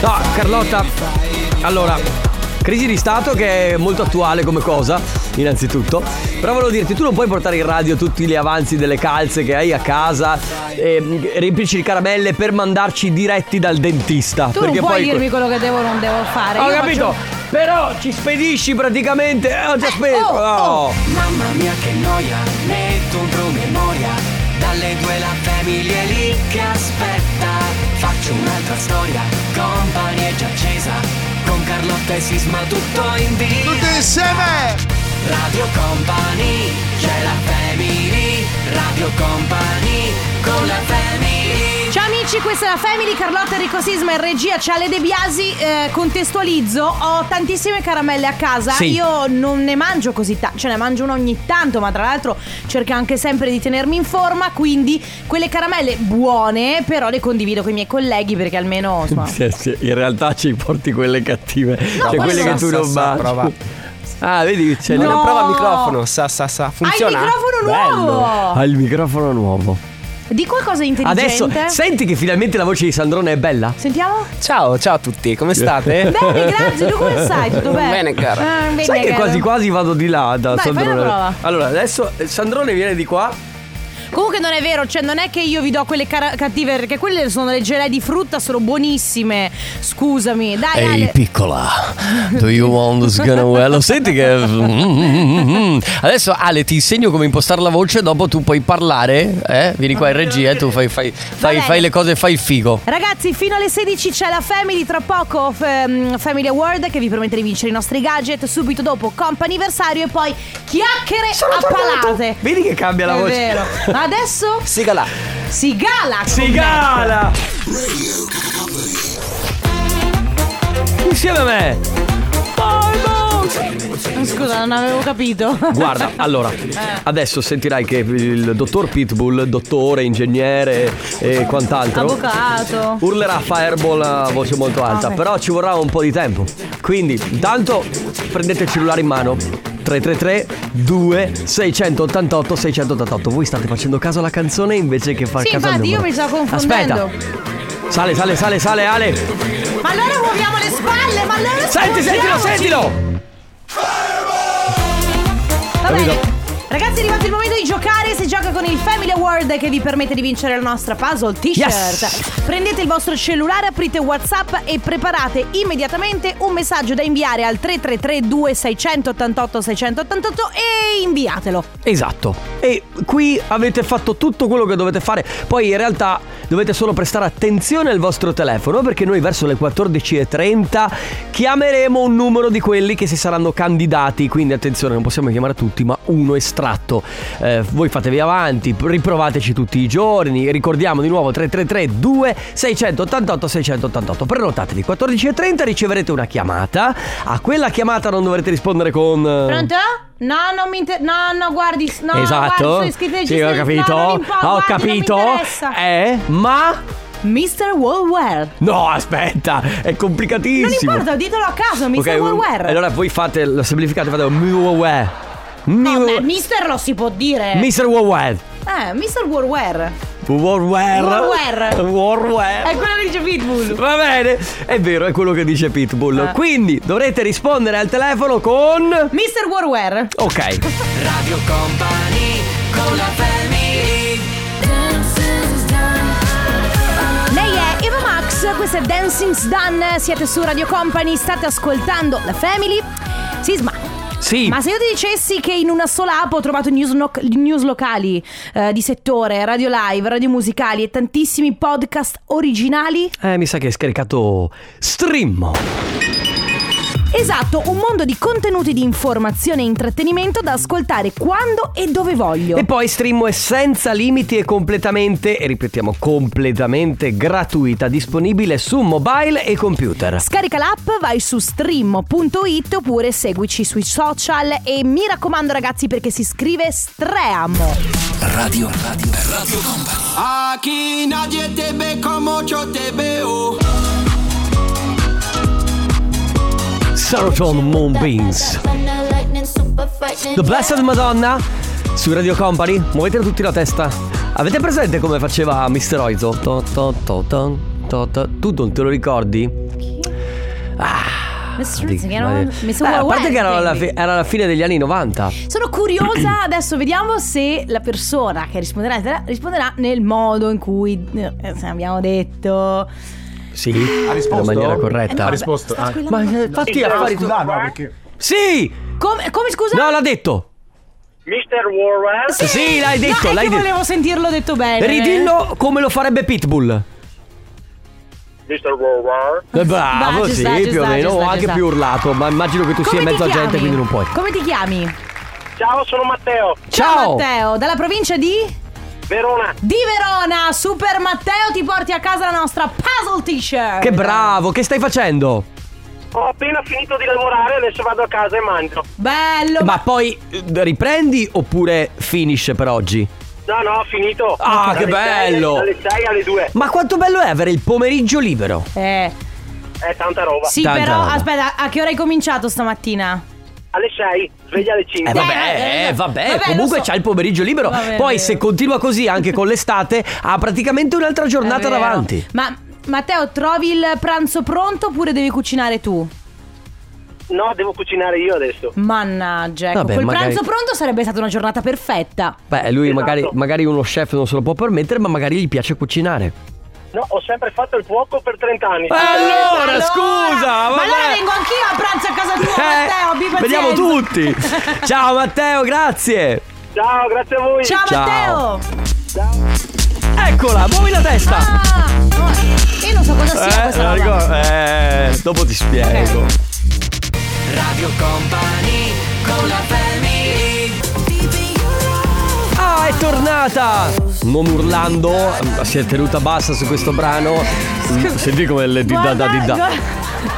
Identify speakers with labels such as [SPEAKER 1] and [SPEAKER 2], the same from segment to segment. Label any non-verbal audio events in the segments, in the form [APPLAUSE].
[SPEAKER 1] Carlotta. Allora, crisi di Stato che è molto attuale come cosa, innanzitutto. Però volevo dirti, tu non puoi portare in radio tutti gli avanzi delle calze che hai a casa e riempirci di caramelle per mandarci diretti dal dentista.
[SPEAKER 2] Tu non puoi dirmi quello che devo o non devo fare.
[SPEAKER 1] Ho
[SPEAKER 2] Io
[SPEAKER 1] capito,
[SPEAKER 2] faccio-
[SPEAKER 1] però ci spedisci praticamente. Eh, ho già speso.
[SPEAKER 2] oh, oh.
[SPEAKER 1] Oh.
[SPEAKER 3] Mamma mia che noia, metto un promemoria Dalle due la famiglia è lì che aspetta Faccio un'altra storia, company è già accesa Con Carlotta e Sisma tutto in diretta
[SPEAKER 4] Tutti insieme!
[SPEAKER 3] Radio Company, c'è la family Radio Company, con la family
[SPEAKER 2] Ciao amici, questa è la Family, Carlotta Enrico Sisma in regia, Ciale De Biasi, eh, contestualizzo, ho tantissime caramelle a casa,
[SPEAKER 1] Sì.
[SPEAKER 2] io non ne mangio così tanto, cioè ne mangio una ogni tanto, ma tra l'altro cerco anche sempre di tenermi in forma, quindi quelle caramelle buone, però le condivido con i miei colleghi perché almeno... Insomma,
[SPEAKER 1] Sì, sì, in realtà ci porti quelle cattive, cioè
[SPEAKER 2] questo-
[SPEAKER 1] quelle che tu
[SPEAKER 4] Sa,
[SPEAKER 1] non
[SPEAKER 4] sa, sa,
[SPEAKER 1] mangi.
[SPEAKER 4] prova.
[SPEAKER 1] Ah, vedi, c'è
[SPEAKER 2] No.
[SPEAKER 4] Una prova a microfono, sa sa sa,
[SPEAKER 2] Hai il
[SPEAKER 4] funziona.
[SPEAKER 2] microfono
[SPEAKER 4] Bello.
[SPEAKER 2] nuovo!
[SPEAKER 1] il microfono nuovo.
[SPEAKER 2] Di qualcosa di intelligente.
[SPEAKER 1] Adesso senti che finalmente la voce di Sandrone è bella?
[SPEAKER 2] Sentiamo?
[SPEAKER 4] Ciao, ciao a tutti, come
[SPEAKER 1] [LAUGHS]
[SPEAKER 4] state?
[SPEAKER 2] Bene, grazie, tu come stai? Tutto bene?
[SPEAKER 4] Bene, caro.
[SPEAKER 2] Ah, bene,
[SPEAKER 1] Sai che
[SPEAKER 2] caro.
[SPEAKER 1] quasi quasi vado di là da
[SPEAKER 2] Vai, fai
[SPEAKER 1] Sandrone.
[SPEAKER 2] una prova.
[SPEAKER 1] Allora, adesso eh, Sandrone viene di qua.
[SPEAKER 2] Comunque non è vero, cioè non è che io vi do quelle cara- cattive, perché quelle sono le gelée di frutta, sono buonissime. Scusami, dai Ale.
[SPEAKER 4] piccola, do you want this gonna
[SPEAKER 2] [LAUGHS]
[SPEAKER 4] well? Senti che... mm-hmm. Adesso Ale ti insegno come impostare la voce, dopo tu puoi parlare, eh? Vieni qua in regia e tu fai,
[SPEAKER 2] fai- bene. fai le
[SPEAKER 4] cose, fai il figo.
[SPEAKER 2] Ragazzi, fino alle 16 c'è la Family, tra poco f- mm, Family Award che vi promette di vincere i nostri gadget, subito dopo comp'anniversario e poi chiacchiere a palate.
[SPEAKER 1] Vedi che cambia la
[SPEAKER 2] È
[SPEAKER 1] voce.
[SPEAKER 2] vero. Ma adesso
[SPEAKER 4] Sigala.
[SPEAKER 2] si gala.
[SPEAKER 1] Si gala! Insieme a me!
[SPEAKER 2] boh. Scusa, non avevo capito. [LAUGHS]
[SPEAKER 1] Guarda, allora, adesso sentirai che il dottor Pitbull, dottore, ingegnere e quant'altro,
[SPEAKER 2] Avvocato.
[SPEAKER 1] urlerà Fireball a voce molto alta,
[SPEAKER 2] Ah, ok.
[SPEAKER 1] però ci vorrà un po' di tempo. Quindi, intanto prendete il cellulare in mano. 333 2688 688 Voi state facendo caso alla canzone invece che far
[SPEAKER 2] Sì,
[SPEAKER 1] caso al
[SPEAKER 2] infatti, io
[SPEAKER 1] numero.
[SPEAKER 2] mi stavo confondendo.
[SPEAKER 1] Aspetta. Sale, sale, sale, sale, Ale.
[SPEAKER 2] Ma allora muoviamo le spalle, ma allora
[SPEAKER 1] Senti, sentilo,
[SPEAKER 2] sentiamoci.
[SPEAKER 1] sentilo.
[SPEAKER 2] Va bene. Ragazzi, è arrivato il momento di giocare. Si gioca con il Family Award che vi permette di vincere la nostra puzzle t-shirt.
[SPEAKER 1] Yes.
[SPEAKER 2] Prendete il vostro cellulare, aprite WhatsApp e preparate immediatamente un messaggio da inviare al 333 688 688 e inviatelo.
[SPEAKER 1] Esatto. E qui avete fatto tutto quello che dovete fare. Poi in realtà dovete solo prestare attenzione al vostro telefono perché noi verso le 14.30 chiameremo un numero di quelli che si saranno candidati. Quindi attenzione, non possiamo chiamare tutti, ma uno estratto. Eh, voi fatevi avanti, riprovateci tutti i giorni. Ricordiamo di nuovo 333 2688 688. Prenotatevi 14.30, riceverete una chiamata. A quella chiamata non dovrete rispondere con... eh,
[SPEAKER 2] Pronto? No, non mi interessa. No, no, guardi. No, guardi,
[SPEAKER 1] esatto.
[SPEAKER 2] sono iscritta ai
[SPEAKER 1] sì, ho
[SPEAKER 2] registrati,
[SPEAKER 1] capito.
[SPEAKER 2] no, non impo-
[SPEAKER 1] ho
[SPEAKER 2] guardi, non mi
[SPEAKER 1] capito.
[SPEAKER 2] interessa.
[SPEAKER 1] eh, ma
[SPEAKER 2] Mr. Wallware.
[SPEAKER 1] no, aspetta, è
[SPEAKER 2] Non
[SPEAKER 1] complicatissimo.
[SPEAKER 2] importa, ditelo a caso, Mr.
[SPEAKER 1] Ok, un-
[SPEAKER 2] Wallware.
[SPEAKER 1] Allora voi fate lo semplificate, fate un Huawei.
[SPEAKER 2] No, beh, mister lo si può dire.
[SPEAKER 1] Mr. Huawei.
[SPEAKER 2] eh, Mr. Warware.
[SPEAKER 1] Warware.
[SPEAKER 2] Warware.
[SPEAKER 1] Warware.
[SPEAKER 2] È quello che dice Pitbull.
[SPEAKER 1] Va bene, è vero, è quello che dice Pitbull.
[SPEAKER 2] Eh.
[SPEAKER 1] Quindi dovrete rispondere al telefono con
[SPEAKER 2] Mr. Warware.
[SPEAKER 1] Ok.
[SPEAKER 3] Radio Company, con la family
[SPEAKER 2] Lei è Eva Max, questo è Dancing's Done. Siete su Radio Company, state ascoltando la Family. Sisma.
[SPEAKER 1] Sì.
[SPEAKER 2] Ma se io ti dicessi che in una sola app ho trovato news, no- news locali eh, di settore, radio live, radio musicali e tantissimi podcast originali?
[SPEAKER 1] Eh, mi sa che hai scaricato Stream.
[SPEAKER 2] Esatto, un mondo di contenuti di informazione e intrattenimento da ascoltare quando e dove voglio.
[SPEAKER 1] E poi Stream è senza limiti e completamente, e ripetiamo, completamente gratuita, disponibile su mobile e computer.
[SPEAKER 2] Scarica l'app, vai su stream.it oppure seguici sui social e mi raccomando ragazzi perché si scrive Streamo.
[SPEAKER 3] Aquí nadie e te ve como yo te oh. veo
[SPEAKER 1] Saraton Moonbeams. The Blessed Madonna su Radio Company. Muovete tutti la testa. Avete presente come faceva Mr. Oizo? To, to, to, to, to, to. Tu non te lo ricordi? Ah,
[SPEAKER 2] Mr.
[SPEAKER 1] di-
[SPEAKER 2] Zingaro,
[SPEAKER 1] ma-
[SPEAKER 2] Mr.
[SPEAKER 1] Beh, a parte che era la,
[SPEAKER 2] Welting.
[SPEAKER 1] fi- era la fine degli anni 90. [CLEARS THROAT]
[SPEAKER 2] Sono curiosa, adesso vediamo se la persona che risponderà risponderà nel modo in cui eh, abbiamo detto.
[SPEAKER 1] Eh, Sì, nella maniera corretta.
[SPEAKER 2] Eh, no,
[SPEAKER 5] risposto?
[SPEAKER 2] sta
[SPEAKER 5] Ah.
[SPEAKER 2] squillando.
[SPEAKER 1] ma eh, fatti affari tu.
[SPEAKER 5] Ah, no, perché...
[SPEAKER 1] Sì!
[SPEAKER 2] Come, come scusa?
[SPEAKER 1] No, l'ha detto.
[SPEAKER 6] Mr. Warren,
[SPEAKER 1] Sì, l'hai detto,
[SPEAKER 2] no, è
[SPEAKER 1] l'hai
[SPEAKER 2] che
[SPEAKER 1] detto.
[SPEAKER 2] volevo sentirlo detto bene. eh.
[SPEAKER 1] Ridillo come lo farebbe Pitbull.
[SPEAKER 6] Mr. Warren,
[SPEAKER 1] Eh, Bravo,
[SPEAKER 2] Va, ci
[SPEAKER 1] sì,
[SPEAKER 2] sta, ci
[SPEAKER 1] più o
[SPEAKER 2] sta, ci
[SPEAKER 1] meno,
[SPEAKER 2] sta,
[SPEAKER 1] o
[SPEAKER 2] ci
[SPEAKER 1] anche
[SPEAKER 2] sta.
[SPEAKER 1] più urlato, ma immagino che tu sia
[SPEAKER 2] Come
[SPEAKER 1] in
[SPEAKER 2] ti
[SPEAKER 1] mezzo a
[SPEAKER 2] chiami?
[SPEAKER 1] gente, quindi non puoi.
[SPEAKER 2] Come ti chiami?
[SPEAKER 6] ciao sono Matteo,
[SPEAKER 1] Ciao!
[SPEAKER 2] Matteo, dalla provincia di
[SPEAKER 6] Verona,
[SPEAKER 2] di Verona, Super Matteo ti porti a casa la nostra puzzle t-shirt.
[SPEAKER 1] Che bravo, che stai facendo?
[SPEAKER 6] ho appena finito di lavorare, adesso vado a casa e mangio.
[SPEAKER 2] Bello.
[SPEAKER 1] Ma poi eh, riprendi oppure finish per oggi?
[SPEAKER 6] No, no, ho finito.
[SPEAKER 1] Ah, che
[SPEAKER 6] sei-
[SPEAKER 1] bello.
[SPEAKER 6] dalle 6 alle 2,
[SPEAKER 1] Ma quanto bello è avere il pomeriggio libero?
[SPEAKER 2] Eh,
[SPEAKER 6] è tanta roba.
[SPEAKER 2] sì,
[SPEAKER 1] Tanta
[SPEAKER 2] però
[SPEAKER 1] roba.
[SPEAKER 2] aspetta, a che ora hai cominciato stamattina?
[SPEAKER 6] Alle 6, sveglia alle 5.
[SPEAKER 1] Eh
[SPEAKER 2] vabbè,
[SPEAKER 1] vabbè, eh, vabbè,
[SPEAKER 2] vabbè,
[SPEAKER 1] comunque
[SPEAKER 2] lo so.
[SPEAKER 1] c'ha il pomeriggio libero.
[SPEAKER 2] Va bene,
[SPEAKER 1] Poi
[SPEAKER 2] vero.
[SPEAKER 1] se continua così anche con l'estate, ha praticamente un'altra giornata
[SPEAKER 2] È vero.
[SPEAKER 1] davanti.
[SPEAKER 2] Ma Matteo, trovi il pranzo pronto oppure devi cucinare tu?
[SPEAKER 6] No, devo cucinare io adesso.
[SPEAKER 2] Mannaggia, ecco,
[SPEAKER 1] Vabbè,
[SPEAKER 2] col
[SPEAKER 1] magari-
[SPEAKER 2] pranzo pronto sarebbe stata una giornata perfetta.
[SPEAKER 1] Beh, lui
[SPEAKER 6] Esatto.
[SPEAKER 1] magari, magari uno chef non se lo può permettere, ma magari gli piace cucinare.
[SPEAKER 6] No, ho sempre fatto il cuoco per 30 anni.
[SPEAKER 1] Allora, scusa,
[SPEAKER 2] Ma
[SPEAKER 1] vabbè.
[SPEAKER 2] allora vengo anch'io a pranzo a casa tua, Matteo,
[SPEAKER 1] [LAUGHS]
[SPEAKER 2] abbi
[SPEAKER 1] Eh, vediamo
[SPEAKER 2] pazienza.
[SPEAKER 1] tutti.
[SPEAKER 2] [LAUGHS]
[SPEAKER 1] Ciao Matteo, grazie.
[SPEAKER 6] Ciao, grazie a voi.
[SPEAKER 2] Ciao,
[SPEAKER 1] Ciao.
[SPEAKER 2] Matteo.
[SPEAKER 1] Eccola, muovi la testa.
[SPEAKER 2] Ah, no, io non so cosa sia questa roba.
[SPEAKER 1] Eh, ricordo- eh, dopo ti spiego. Ah, è tornata! Non urlando, si è tenuta bassa su questo brano. Senti come le didà da didà.
[SPEAKER 2] Guarda-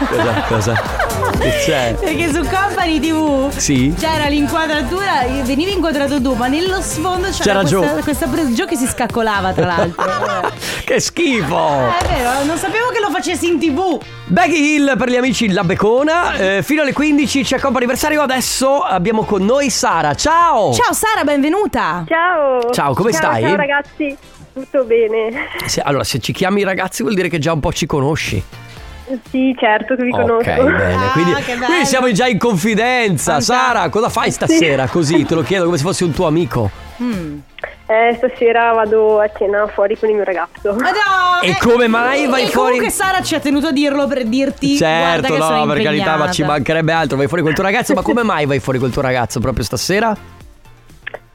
[SPEAKER 1] Cosa? cosa? Che c'è?
[SPEAKER 2] Perché su Company TV
[SPEAKER 1] esatto. Cioè. Sì.
[SPEAKER 2] c'era l'inquadratura, venivi inquadrato tu, ma nello sfondo c'era,
[SPEAKER 1] C'era
[SPEAKER 2] questa,
[SPEAKER 1] Joe.
[SPEAKER 2] questa presa Joe che si scaccolava,
[SPEAKER 1] [LAUGHS]
[SPEAKER 2] tra l'altro.
[SPEAKER 1] Che schifo!
[SPEAKER 2] Eh, È vero, non sapevo che lo facessi in tv.
[SPEAKER 1] Baggy Hill per gli amici La Becona. eh, fino alle 15 c'è Compa Anniversario. Adesso abbiamo con noi Sara. Ciao!
[SPEAKER 2] Ciao Sara, benvenuta.
[SPEAKER 7] Ciao!
[SPEAKER 1] Ciao, come stai?
[SPEAKER 7] Ciao ragazzi, tutto bene? [LAUGHS]
[SPEAKER 1] Se- allora, se ci chiami ragazzi vuol dire che già un po' ci conosci.
[SPEAKER 7] Sì, certo che vi conosco.
[SPEAKER 1] Ok, bene.
[SPEAKER 2] Ah,
[SPEAKER 1] Quindi,
[SPEAKER 2] che bello.
[SPEAKER 1] quindi siamo già in confidenza.
[SPEAKER 2] Ah, già.
[SPEAKER 1] Sara, cosa fai stasera? Così te lo chiedo come se fossi un tuo amico.
[SPEAKER 2] Mm.
[SPEAKER 7] Eh, stasera vado a cena fuori con il mio ragazzo.
[SPEAKER 2] Ma no,
[SPEAKER 1] E
[SPEAKER 2] eh,
[SPEAKER 1] come mai vai
[SPEAKER 2] e
[SPEAKER 1] fuori-
[SPEAKER 2] Comunque Sara ci ha tenuto a dirlo per dirti guarda
[SPEAKER 1] certo,
[SPEAKER 2] che
[SPEAKER 1] no,
[SPEAKER 2] sono
[SPEAKER 1] per
[SPEAKER 2] impegnata.
[SPEAKER 1] carità, ma ci mancherebbe altro. Vai fuori col tuo ragazzo, ma come mai vai fuori col tuo ragazzo proprio stasera?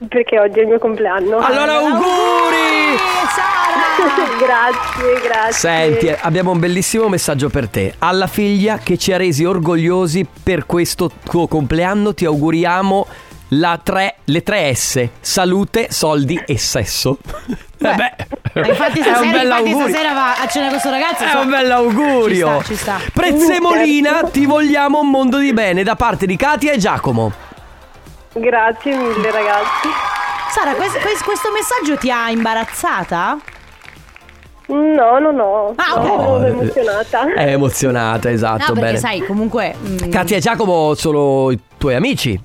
[SPEAKER 7] Perché oggi è il mio compleanno.
[SPEAKER 1] Allora,
[SPEAKER 2] uh.
[SPEAKER 1] auguri!
[SPEAKER 2] Eh, Sara!
[SPEAKER 7] [LAUGHS] grazie, grazie.
[SPEAKER 1] Senti, eh, abbiamo un bellissimo messaggio per te. Alla figlia che ci ha resi orgogliosi per questo tuo compleanno, ti auguriamo la tre- le tre S: salute, soldi e sesso. Eh beh,
[SPEAKER 2] Ma infatti stasera,
[SPEAKER 1] è un bel
[SPEAKER 2] infatti
[SPEAKER 1] augurio.
[SPEAKER 2] stasera va a cena con questo ragazzo.
[SPEAKER 1] È
[SPEAKER 2] so-
[SPEAKER 1] un bel augurio.
[SPEAKER 2] Ci sta, ci sta.
[SPEAKER 1] Prezzemolina, ti vogliamo un mondo di bene da parte di Katia e Giacomo. eh.
[SPEAKER 7] Grazie mille ragazzi.
[SPEAKER 2] Sara, quest- quest- questo messaggio ti ha imbarazzata?
[SPEAKER 7] No, no, no.
[SPEAKER 2] Ah,
[SPEAKER 7] No,
[SPEAKER 2] ok.
[SPEAKER 7] sono emozionata.
[SPEAKER 1] È emozionata,
[SPEAKER 2] No,
[SPEAKER 1] esatto,
[SPEAKER 2] perché
[SPEAKER 1] bene.
[SPEAKER 2] sai, comunque. mm,
[SPEAKER 1] Katia e Giacomo sono i tuoi amici.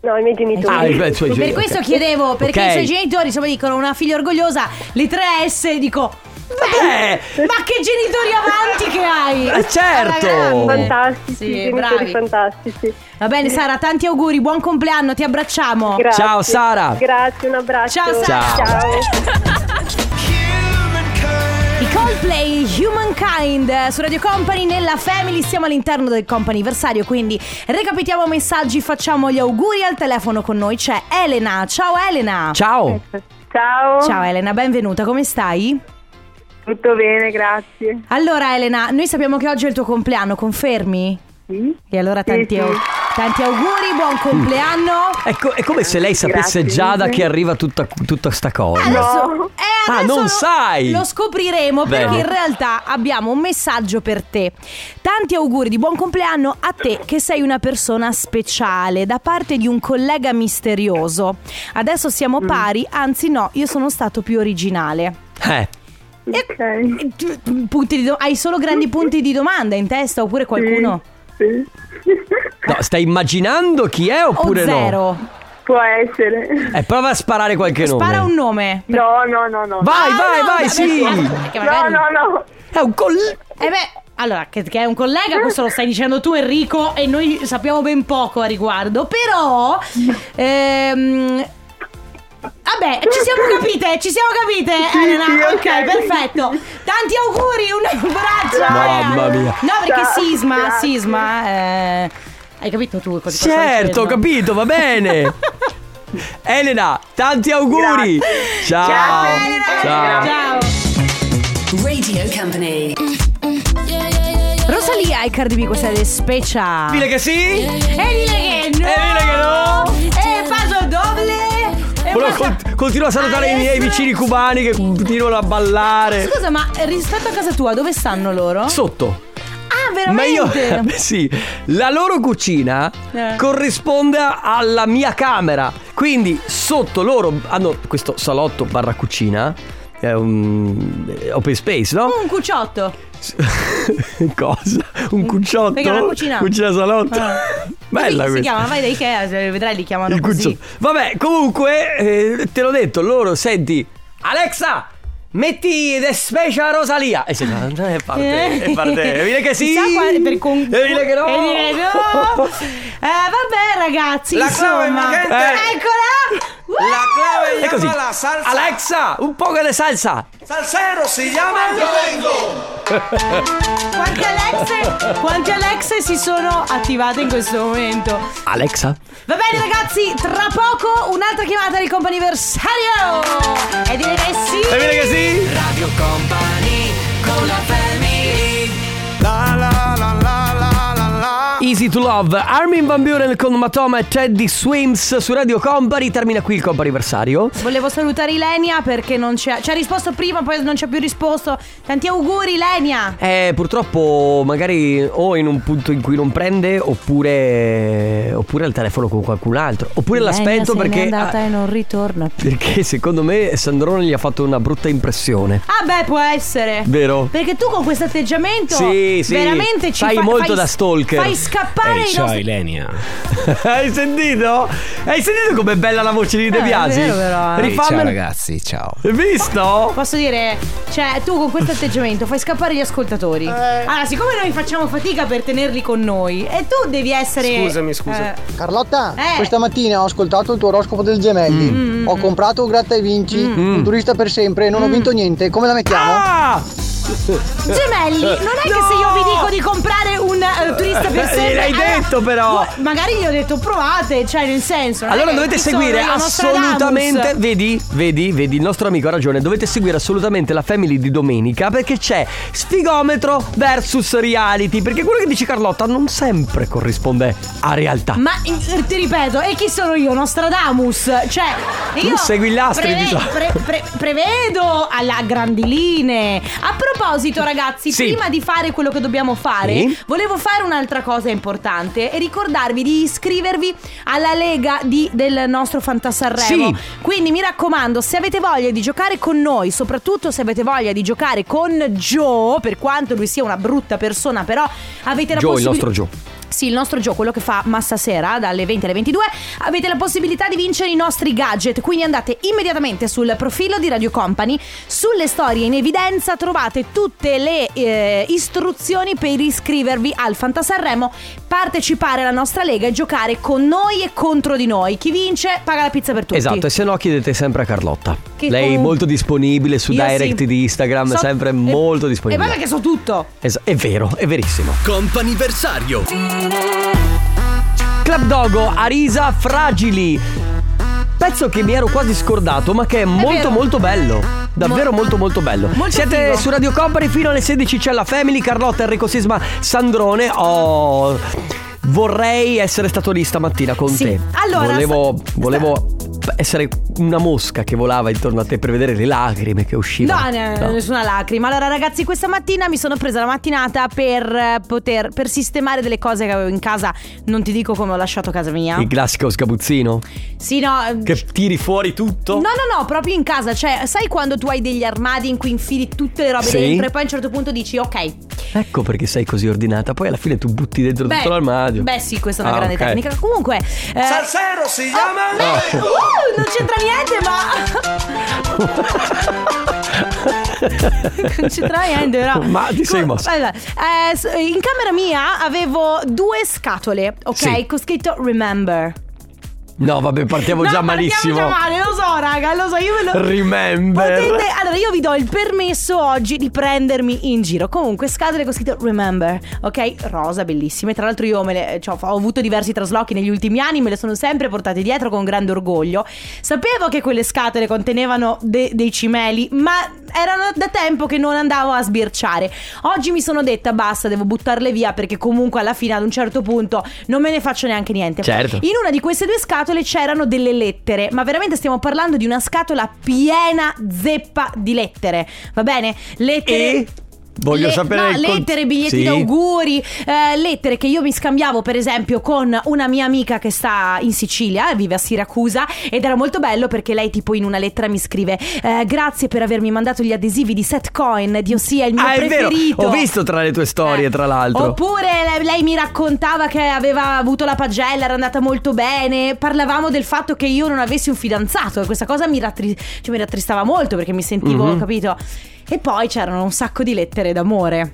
[SPEAKER 7] No, i miei genitori.
[SPEAKER 1] Ah, i tuoi
[SPEAKER 2] Eh, per
[SPEAKER 1] genitori,
[SPEAKER 2] questo
[SPEAKER 1] ok.
[SPEAKER 2] chiedevo, perché
[SPEAKER 1] Ok.
[SPEAKER 2] i suoi genitori insomma dicono una figlia orgogliosa, le tre S, dico.
[SPEAKER 1] Vabbè.
[SPEAKER 2] Beh, ma che genitori avanti che hai!
[SPEAKER 1] Eh, certo.
[SPEAKER 2] Alla grande.
[SPEAKER 7] Fantastici,
[SPEAKER 2] Sì,
[SPEAKER 7] genitori
[SPEAKER 2] bravi.
[SPEAKER 7] fantastici.
[SPEAKER 2] Va bene, Sara, tanti auguri, buon compleanno, ti abbracciamo.
[SPEAKER 7] Grazie.
[SPEAKER 1] Ciao, Sara.
[SPEAKER 7] Grazie, un abbraccio.
[SPEAKER 2] Ciao, Sara.
[SPEAKER 7] Ciao.
[SPEAKER 2] [LAUGHS] I Coldplay Humankind eh, su Radio Company nella Family siamo all'interno del companiversario quindi recapitiamo messaggi facciamo gli auguri al telefono con noi c'è Elena ciao Elena
[SPEAKER 1] Ciao.
[SPEAKER 7] Ciao.
[SPEAKER 2] Ciao eh. Elena benvenuta come stai?
[SPEAKER 7] Tutto bene, grazie.
[SPEAKER 2] Allora Elena noi sappiamo che oggi è il tuo compleanno confermi?
[SPEAKER 7] Sì.
[SPEAKER 2] E allora
[SPEAKER 7] Sì,
[SPEAKER 2] tanti,
[SPEAKER 7] sì.
[SPEAKER 2] au- tanti auguri buon compleanno
[SPEAKER 1] È, co- Ecco, è come se lei sapesse
[SPEAKER 7] Grazie
[SPEAKER 1] già da
[SPEAKER 7] mille.
[SPEAKER 1] che arriva tutta, tutta sta cosa.
[SPEAKER 2] Adesso, eh,
[SPEAKER 1] Ah,
[SPEAKER 2] adesso
[SPEAKER 1] non
[SPEAKER 2] lo-
[SPEAKER 1] sai!
[SPEAKER 2] Lo scopriremo perché
[SPEAKER 1] Bene.
[SPEAKER 2] in realtà abbiamo un messaggio per te. Tanti auguri di buon compleanno a te che sei una persona speciale da parte di un collega misterioso. Adesso siamo
[SPEAKER 7] Mm.
[SPEAKER 2] pari, anzi no, io sono stato più originale.
[SPEAKER 1] Eh,
[SPEAKER 2] E-
[SPEAKER 7] Ok.
[SPEAKER 2] e tu- punti di do- hai solo grandi punti di domanda in testa oppure qualcuno?
[SPEAKER 7] Mm. Sì.
[SPEAKER 1] no, stai immaginando chi è
[SPEAKER 2] O
[SPEAKER 1] oppure
[SPEAKER 2] zero?
[SPEAKER 1] no?
[SPEAKER 7] Può essere.
[SPEAKER 1] Eh, prova a sparare qualche nome.
[SPEAKER 2] Spara un nome.
[SPEAKER 7] No, no, no, no.
[SPEAKER 1] Vai, vai,
[SPEAKER 2] Ah,
[SPEAKER 1] vai,
[SPEAKER 2] no, vabbè,
[SPEAKER 1] sì.
[SPEAKER 2] aspetta, che
[SPEAKER 7] No,
[SPEAKER 2] magari-
[SPEAKER 7] no, no.
[SPEAKER 1] È un coll...
[SPEAKER 2] Eh beh, allora, che, che è un collega, questo lo stai dicendo tu Enrico e noi sappiamo ben poco a riguardo, però... Ehm, vabbè, ci siamo capite, ci siamo capite Elena,
[SPEAKER 7] sì,
[SPEAKER 2] ok,
[SPEAKER 7] ok.
[SPEAKER 2] perfetto. Tanti auguri, un abbraccio.
[SPEAKER 1] Mamma
[SPEAKER 2] Elena.
[SPEAKER 1] mia.
[SPEAKER 2] No, perché
[SPEAKER 7] Ciao,
[SPEAKER 2] sisma,
[SPEAKER 7] grazie.
[SPEAKER 2] sisma... eh, hai capito tu? cosa sto
[SPEAKER 1] Certo,
[SPEAKER 2] dicendo?
[SPEAKER 1] ho capito, va
[SPEAKER 2] [LAUGHS]
[SPEAKER 1] bene. Elena, tanti auguri. Ciao.
[SPEAKER 2] Ciao, Elena,
[SPEAKER 1] Ciao.
[SPEAKER 2] ciao.
[SPEAKER 5] Radio Company.
[SPEAKER 2] Rosalia e Cardi B, questa è The Special.
[SPEAKER 1] Dile che sì?
[SPEAKER 2] E dile che no!
[SPEAKER 1] E dile che no!
[SPEAKER 2] E paso doble! E
[SPEAKER 1] Volevo
[SPEAKER 2] paso-
[SPEAKER 1] cont- continuo a salutare i miei vicini cubani che continuano a ballare.
[SPEAKER 2] Scusa, ma rispetto a casa tua, dove stanno loro?
[SPEAKER 1] Sotto.
[SPEAKER 2] ah,
[SPEAKER 1] Ma
[SPEAKER 2] veramente?
[SPEAKER 1] io, [LAUGHS] sì, la loro cucina
[SPEAKER 2] Eh.
[SPEAKER 1] corrisponde alla mia camera. Quindi sotto loro hanno questo salotto barra cucina. È un è open space, no?
[SPEAKER 2] Un cucciotto.
[SPEAKER 1] [LAUGHS] Cosa? Un cucciotto?
[SPEAKER 2] Mm. Perché era una cucina.
[SPEAKER 1] salotto.
[SPEAKER 2] Ah.
[SPEAKER 1] [LAUGHS] Bella
[SPEAKER 2] Sì,
[SPEAKER 1] questa.
[SPEAKER 2] Si chiama, vai da Ikea, se vedrai li chiamano
[SPEAKER 1] Il
[SPEAKER 2] così.
[SPEAKER 1] cucciotto. Vabbè, comunque, eh, te l'ho detto, loro, senti, Alexa, metti The Special Rosalia. E se e parte, e parte, e viene che sì.
[SPEAKER 2] Eh. [LAUGHS] Chissà quale- per con-
[SPEAKER 1] E viene che no.
[SPEAKER 2] E dire
[SPEAKER 1] [LAUGHS]
[SPEAKER 2] no. Eh, vabbè ragazzi,
[SPEAKER 8] La clava è
[SPEAKER 2] insomma.
[SPEAKER 8] magenta.
[SPEAKER 1] Eh.
[SPEAKER 2] Eccola!
[SPEAKER 8] La clave
[SPEAKER 1] E così.
[SPEAKER 8] llama la salsa.
[SPEAKER 1] Alexa, un po' di salsa.
[SPEAKER 8] Salsero si llama. Yo vengo.
[SPEAKER 2] Quante Alexe, quante Alexe si sono attivate in questo momento?
[SPEAKER 1] Alexa.
[SPEAKER 2] Va bene ragazzi, tra poco un'altra chiamata del comp'anniversario E direi che sì
[SPEAKER 1] E viene che sì.
[SPEAKER 3] Radio Company con la family
[SPEAKER 8] La la la la la la la.
[SPEAKER 1] Easy to Love, Armin Van Buren con Matoma e Teddy Swims su Radio Company. Termina qui il comp'anniversario.
[SPEAKER 2] Volevo salutare Ilenia perché non c'è Ci ha risposto prima, poi non ci ha più risposto Tanti auguri Ilenia
[SPEAKER 1] Eh, purtroppo magari o in un punto in cui non prende oppure oppure al telefono con qualcun altro. Oppure l'aspetto perché ah,
[SPEAKER 2] è andata e non ritorna più
[SPEAKER 1] perché secondo me Sandrone gli ha fatto una brutta impressione.
[SPEAKER 2] Ah beh, può essere
[SPEAKER 1] Vero?
[SPEAKER 2] Perché tu con questo atteggiamento
[SPEAKER 1] Sì, sì.
[SPEAKER 2] veramente ci
[SPEAKER 1] Fai
[SPEAKER 2] fa-
[SPEAKER 1] molto da
[SPEAKER 2] s-
[SPEAKER 1] stalker. Eh,
[SPEAKER 2] Fai scappare i nostri
[SPEAKER 9] Ilenia.
[SPEAKER 1] [LAUGHS] Hai sentito? Hai sentito com'è bella la voce di De
[SPEAKER 2] Eh, è
[SPEAKER 1] Biasi?
[SPEAKER 2] vero, però, eh.
[SPEAKER 1] Rifammela.
[SPEAKER 9] ragazzi, ciao.
[SPEAKER 1] Hai visto?
[SPEAKER 2] Posso dire, cioè, tu con questo atteggiamento fai scappare gli ascoltatori.
[SPEAKER 1] Eh.
[SPEAKER 2] Allora, siccome noi facciamo fatica per tenerli con noi, e tu devi essere.
[SPEAKER 6] Scusami, scusa.
[SPEAKER 2] Eh,
[SPEAKER 10] Carlotta,
[SPEAKER 2] Eh.
[SPEAKER 10] questa mattina ho ascoltato il tuo oroscopo del gemelli. Ho comprato un gratta e vinci, un turista per sempre, non ho vinto niente. Come la mettiamo?
[SPEAKER 1] Ah!
[SPEAKER 2] gemelli, non è che se io vi dico di comprare un eh, turista per
[SPEAKER 1] Eh,
[SPEAKER 2] sempre.
[SPEAKER 1] gliel'hai
[SPEAKER 2] allora,
[SPEAKER 1] detto, però.
[SPEAKER 2] vuoi- Magari gli ho detto provate, cioè, nel senso. non è
[SPEAKER 1] Allora
[SPEAKER 2] che
[SPEAKER 1] dovete
[SPEAKER 2] chi sono
[SPEAKER 1] seguire
[SPEAKER 2] io, Nostradamus?
[SPEAKER 1] assolutamente. Vedi, vedi, vedi, il nostro amico ha ragione. Dovete seguire assolutamente la family di domenica perché c'è sfigometro versus reality. Perché quello che dice Carlotta non sempre corrisponde a realtà.
[SPEAKER 2] Ma eh, ti ripeto, e chi sono io? Nostradamus? Cioè, io.
[SPEAKER 1] segui i lastri,
[SPEAKER 2] preve-
[SPEAKER 1] diciamo.
[SPEAKER 2] pre- pre- prevedo alla grandi linee. A proposito, ragazzi,
[SPEAKER 1] Sì.
[SPEAKER 2] prima di fare quello che dobbiamo fare,
[SPEAKER 1] Sì.
[SPEAKER 2] volevo fare un'altra cosa importante e ricordarvi di iscrivervi alla lega di- del nostro Fantasarremo.
[SPEAKER 1] Sì.
[SPEAKER 2] Quindi mi raccomando, se avete voglia di giocare con noi, soprattutto se avete voglia di giocare con Joe, per quanto lui sia una brutta persona, però avete la
[SPEAKER 1] Joe, il
[SPEAKER 2] possibilità.
[SPEAKER 1] nostro Joe.
[SPEAKER 2] Sì, il nostro gioco, quello che fa ma stasera dalle 20 alle 22, avete la possibilità di vincere i nostri gadget, quindi andate immediatamente sul profilo di Radio Company, sulle storie in evidenza trovate tutte le eh, istruzioni per iscrivervi al Fantasarremo, partecipare alla nostra lega e giocare con noi e contro di noi. Chi vince paga la pizza per tutti.
[SPEAKER 1] Esatto, e se no chiedete sempre a Carlotta.
[SPEAKER 2] Che
[SPEAKER 1] Lei è
[SPEAKER 2] comunque-
[SPEAKER 1] molto disponibile su
[SPEAKER 2] Io sì.
[SPEAKER 1] direct di Instagram,
[SPEAKER 2] So-
[SPEAKER 1] sempre
[SPEAKER 2] e-
[SPEAKER 1] molto
[SPEAKER 2] E
[SPEAKER 1] disponibile.
[SPEAKER 2] poi perché so tutto.
[SPEAKER 1] Esa- è vero, è verissimo. Comp'anniversario. Club Dogo, Arisa, Fragili. Pezzo che mi ero quasi scordato, ma che è molto
[SPEAKER 2] vero.
[SPEAKER 1] molto bello. Davvero molto molto bello.
[SPEAKER 2] Molto
[SPEAKER 1] Siete
[SPEAKER 2] figo.
[SPEAKER 1] su Radio Company fino alle 16 c'è la Family, Carlotta, Enrico Sisma, Sandrone. Oh. Vorrei essere stato lì stamattina con
[SPEAKER 2] Sì.
[SPEAKER 1] te.
[SPEAKER 2] Allora,
[SPEAKER 1] volevo,
[SPEAKER 2] sta-
[SPEAKER 1] volevo essere una mosca che volava intorno a te per vedere le lacrime che
[SPEAKER 2] No,
[SPEAKER 1] uscivano.
[SPEAKER 2] ne- nessuna lacrima. Allora, ragazzi, questa mattina mi sono presa la mattinata per eh, poter per sistemare delle cose che avevo in casa. Non ti dico come ho lasciato casa mia.
[SPEAKER 1] Il classico sgabuzzino
[SPEAKER 2] Sì, no. eh,
[SPEAKER 1] che tiri fuori tutto.
[SPEAKER 2] No, no, no, proprio in casa. Cioè, sai quando tu hai degli armadi in cui infili tutte le robe
[SPEAKER 1] Sì.
[SPEAKER 2] dentro e poi a un certo punto dici, ok,
[SPEAKER 1] Ecco perché sei così ordinata. Poi alla fine tu butti dentro
[SPEAKER 2] Beh,
[SPEAKER 1] tutto l'armadio.
[SPEAKER 2] Beh, sì, questa è una
[SPEAKER 1] Ah,
[SPEAKER 2] grande
[SPEAKER 1] ok.
[SPEAKER 2] tecnica. Comunque, eh,
[SPEAKER 8] Salsero si llama el
[SPEAKER 2] eh,
[SPEAKER 8] domingo.
[SPEAKER 2] uh, non c'entra niente, ma. non c'entra niente, però.
[SPEAKER 1] [LAUGHS] Ma ti sei mossa.
[SPEAKER 2] Allora, eh, s- in camera mia avevo due scatole, ok?
[SPEAKER 1] Sì.
[SPEAKER 2] Con scritto remember.
[SPEAKER 1] No, vabbè, partiamo
[SPEAKER 2] no,
[SPEAKER 1] già
[SPEAKER 2] partiamo
[SPEAKER 1] malissimo.
[SPEAKER 2] Già male, lo so, raga, lo so, io ve lo.
[SPEAKER 1] Remember.
[SPEAKER 2] Potete, allora io vi do il permesso oggi di prendermi in giro. Comunque scatole con scritto remember, ok? Rosa, bellissime. Tra l'altro io me le, cioè, ho avuto diversi traslochi negli ultimi anni, me le sono sempre portate dietro con grande orgoglio. Sapevo che quelle scatole contenevano de- dei cimeli, ma erano da tempo che non andavo a sbirciare. Oggi mi sono detta basta, devo buttarle via perché comunque alla fine ad un certo punto non me ne faccio neanche niente.
[SPEAKER 1] Certo.
[SPEAKER 2] In una di queste due scatole c'erano delle lettere, ma veramente stiamo parlando di una scatola piena zeppa di lettere. Va bene? Lettere.
[SPEAKER 1] E voglio
[SPEAKER 2] le-
[SPEAKER 1] sapere
[SPEAKER 2] no,
[SPEAKER 1] il col-
[SPEAKER 2] lettere, biglietti
[SPEAKER 1] Sì.
[SPEAKER 2] d'auguri, eh, lettere che io mi scambiavo per esempio con una mia amica che sta in Sicilia, vive a Siracusa ed era molto bello perché lei tipo in una lettera mi scrive eh, grazie per avermi mandato gli adesivi di Setcoin, Dio sia il mio
[SPEAKER 1] Ah, è vero.
[SPEAKER 2] preferito.
[SPEAKER 1] Ho visto tra le tue storie,
[SPEAKER 2] Eh.
[SPEAKER 1] tra l'altro.
[SPEAKER 2] Oppure lei, lei mi raccontava che aveva avuto la pagella, era andata molto bene. Parlavamo del fatto che io non avessi un fidanzato e questa cosa mi, rattri- cioè, mi rattristava molto perché mi sentivo,
[SPEAKER 1] Mhm.
[SPEAKER 2] capito? E poi c'erano un sacco di lettere d'amore.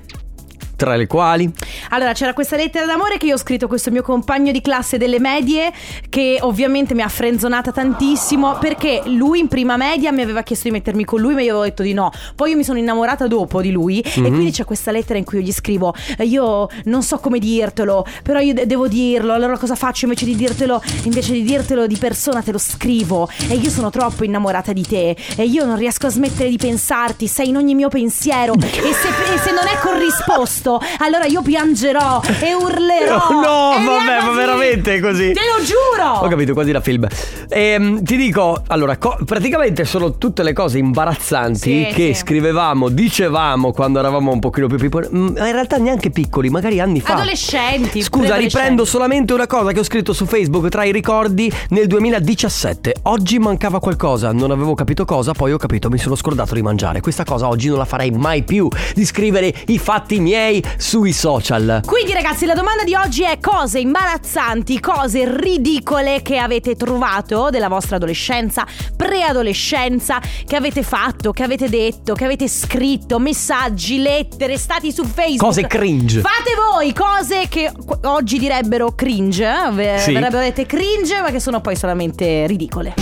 [SPEAKER 1] Tra le quali?
[SPEAKER 2] Allora, c'era questa lettera d'amore che io ho scritto a questo mio compagno di classe delle medie, che ovviamente mi ha frenzonata tantissimo, perché lui in prima media mi aveva chiesto di mettermi con lui, ma io avevo detto di no. Poi io mi sono innamorata dopo di lui, e quindi c'è questa lettera in cui io gli scrivo: "Eh, Io non so come dirtelo, però io de- devo dirlo. Allora cosa faccio invece di dirtelo? Invece di dirtelo di persona, te lo scrivo. E io sono troppo innamorata di te. E io non riesco a smettere di pensarti. Sei in ogni mio pensiero.
[SPEAKER 1] [LAUGHS]
[SPEAKER 2] E se, e se non è corrisposto, allora io piangerò e urlerò.
[SPEAKER 1] [LAUGHS] no,
[SPEAKER 2] Ed è
[SPEAKER 1] vabbè, ma
[SPEAKER 2] così.
[SPEAKER 1] veramente è così.
[SPEAKER 2] Te lo giuro.
[SPEAKER 1] Ho capito, quasi da film. Ehm, ti dico, allora, co- praticamente sono tutte le cose imbarazzanti
[SPEAKER 2] Sì,
[SPEAKER 1] che
[SPEAKER 2] sì.
[SPEAKER 1] scrivevamo, dicevamo quando eravamo un pochino più piccoli, mm, ma in realtà neanche piccoli, magari anni fa.
[SPEAKER 2] Adolescenti.
[SPEAKER 1] Scusa,
[SPEAKER 2] preadolescenti.
[SPEAKER 1] riprendo solamente una cosa che ho scritto su Facebook tra i ricordi nel 2017. Oggi mancava qualcosa, non avevo capito cosa, poi ho capito, mi sono scordato di mangiare. Questa cosa oggi non la farei mai più, di scrivere i fatti miei sui social.
[SPEAKER 2] Quindi ragazzi la domanda di oggi è cose imbarazzanti, cose ridicole che avete trovato della vostra adolescenza, preadolescenza, che avete fatto, che avete detto, che avete scritto, messaggi, lettere, stati su Facebook.
[SPEAKER 1] Cose cringe.
[SPEAKER 2] Fate voi cose che qu- oggi direbbero cringe, eh, ver-
[SPEAKER 1] Sì.
[SPEAKER 2] verrebbero dette cringe ma che sono poi solamente ridicole.